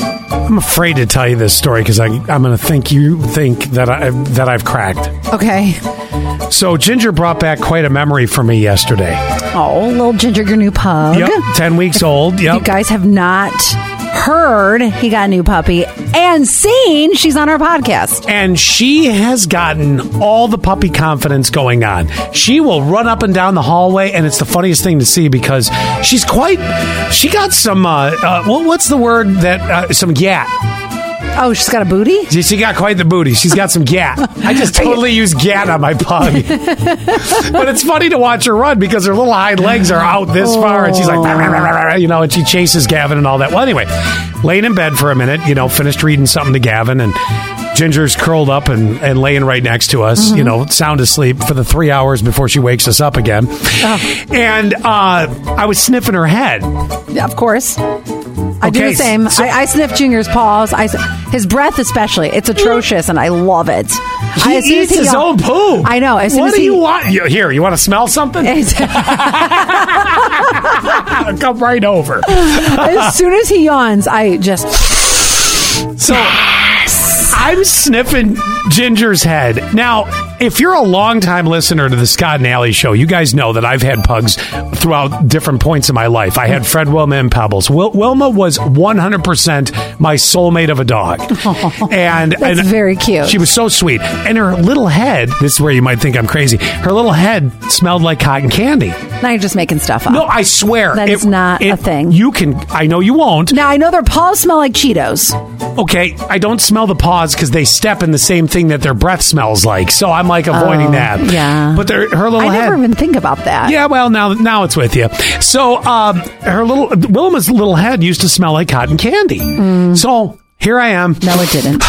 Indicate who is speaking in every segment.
Speaker 1: I'm afraid to tell you this story because I'm going to think you think that I that I've cracked.
Speaker 2: Okay.
Speaker 1: So Ginger brought back quite a memory for me yesterday.
Speaker 2: Oh, little Ginger, your new pug.
Speaker 1: Yep, ten weeks old.
Speaker 2: Oh, You
Speaker 1: Yep,
Speaker 2: guys have not heard he got a new puppy and seen she's on our podcast.
Speaker 1: and she has gotten all the puppy confidence going on. She will run up and down the hallway, and it's the funniest thing to see because she's quite. She got some. Uh, uh, what, what's the word that uh, some gat?
Speaker 2: Oh, she's got a booty?
Speaker 1: She- She got quite the booty. She's got some gat. I just totally use gat on my pug. but it's funny to watch her run because her little hind legs are out this far and she's like, "Rah, rah, rah, rah, rah," you know, and she chases Gavin and all that. Well, anyway, laying in bed for a minute, you know, finished reading something to Gavin and Ginger's curled up and, and laying right next to us, you know, sound asleep for the three hours before she wakes us up again.
Speaker 2: Oh.
Speaker 1: And uh, I was sniffing her head.
Speaker 2: Of course. I do
Speaker 1: Okay,
Speaker 2: the same.
Speaker 1: so-
Speaker 2: I, I sniff Junior's paws. I, s- his breath, especially. It's atrocious, and I love it. I,
Speaker 1: He
Speaker 2: as soon as
Speaker 1: eats his
Speaker 2: yawn-
Speaker 1: own poo.
Speaker 2: I know. As soon
Speaker 1: what
Speaker 2: as
Speaker 1: do
Speaker 2: he,
Speaker 1: you want? You- Here, you want to smell something? come right over.
Speaker 2: as soon as he yawns, I just.
Speaker 1: So I'm sniffing Ginger's head. Now, if you're a longtime listener to the Scott and Alley show, you guys know that I've had pugs throughout different points in my life. I had Fred Wilma and Pebbles. Wil- Wilma was 100% my soulmate of a dog. and
Speaker 2: That's
Speaker 1: and
Speaker 2: very cute.
Speaker 1: She was so sweet. And her little head, this is where you might think I'm crazy, her little head smelled like cotton candy.
Speaker 2: Now you're just making stuff up.
Speaker 1: No, I swear.
Speaker 2: That is not a thing.
Speaker 1: You can, I know you won't.
Speaker 2: Now I know their paws smell like Cheetos.
Speaker 1: Okay, I don't smell the paws because they step in the same thing that their breath smells like. So I'm like avoiding that.
Speaker 2: Oh, yeah.
Speaker 1: But their, her little
Speaker 2: I
Speaker 1: head.
Speaker 2: never even think about that.
Speaker 1: yeah, well, now now it's with you. So um, her little Wilma's little head used to smell like cotton candy.
Speaker 2: Mm.
Speaker 1: So here I am.
Speaker 2: No, it didn't.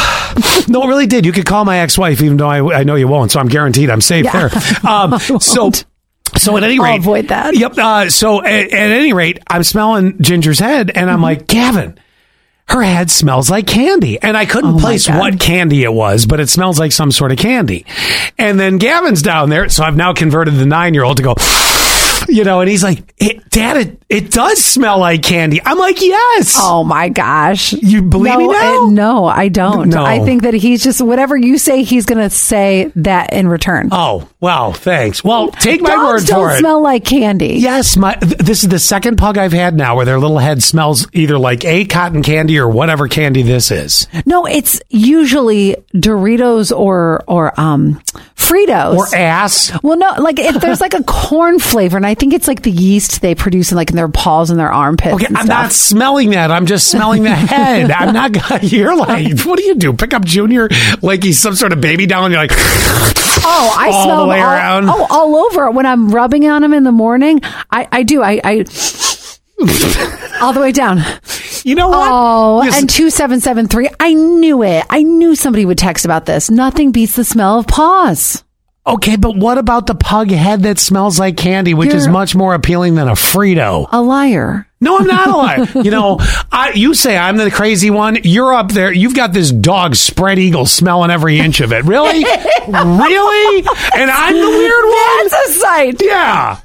Speaker 1: No, it really did. You could call my ex-wife, even though I, I know you won't. So I'm guaranteed I'm safe
Speaker 2: Yeah.
Speaker 1: there. Um, so. So at any
Speaker 2: I'll
Speaker 1: rate,
Speaker 2: avoid that.
Speaker 1: Yep. Uh, so at, at any rate, I'm smelling Ginger's head, and
Speaker 2: Mm-hmm.
Speaker 1: I'm like, Gavin, her head smells like candy, and I couldn't
Speaker 2: Oh my
Speaker 1: place
Speaker 2: God.
Speaker 1: what candy it was, but it smells like some sort of candy. And then Gavin's down there, so I've now converted the nine-year-old to go. You know, and he's like, it, "Dad, it, it does smell like candy." I'm like, "Yes."
Speaker 2: Oh my gosh.
Speaker 1: You believe
Speaker 2: no,
Speaker 1: me now?
Speaker 2: uh, no, I don't.
Speaker 1: No.
Speaker 2: I think that he's just whatever you say, he's going to say that in return.
Speaker 1: Oh, wow. Thanks. Well, take my
Speaker 2: Dogs
Speaker 1: word
Speaker 2: don't
Speaker 1: for it.
Speaker 2: smell like candy.
Speaker 1: Yes, my th- this is the second pug I've had now where their little head smells either like a cotton candy or whatever candy this is,
Speaker 2: No, it's usually Doritos or or um Fritos.
Speaker 1: or ass.
Speaker 2: well, no, like if there's like a corn flavor, and I think it's like the yeast they produce in like in their paws and their armpits.
Speaker 1: Okay,
Speaker 2: and
Speaker 1: I'm
Speaker 2: stuff.
Speaker 1: not smelling that. I'm just smelling the head. I'm not. gonna- You're like, what do you do? Pick up Junior like he's some sort of baby doll, and you're like,
Speaker 2: Oh, I
Speaker 1: All
Speaker 2: smell
Speaker 1: the way
Speaker 2: them all,
Speaker 1: around.
Speaker 2: Oh, all over when I'm rubbing on them in the morning. I, I do. I, I all the way down.
Speaker 1: you know what?
Speaker 2: Oh,
Speaker 1: Yes.
Speaker 2: and two seven seven three. I knew it. I knew somebody would text about this. Nothing beats the smell of paws.
Speaker 1: okay, but what about the pug head that smells like candy, which is
Speaker 2: You're-
Speaker 1: much more appealing than a Frito?
Speaker 2: A liar.
Speaker 1: No, I'm not a liar. You know, I, you say I'm the crazy one. You're up there. You've got this dog spread eagle smelling every inch of it. Really? really? And I'm the weird one?
Speaker 2: That's a sight.
Speaker 1: Yeah.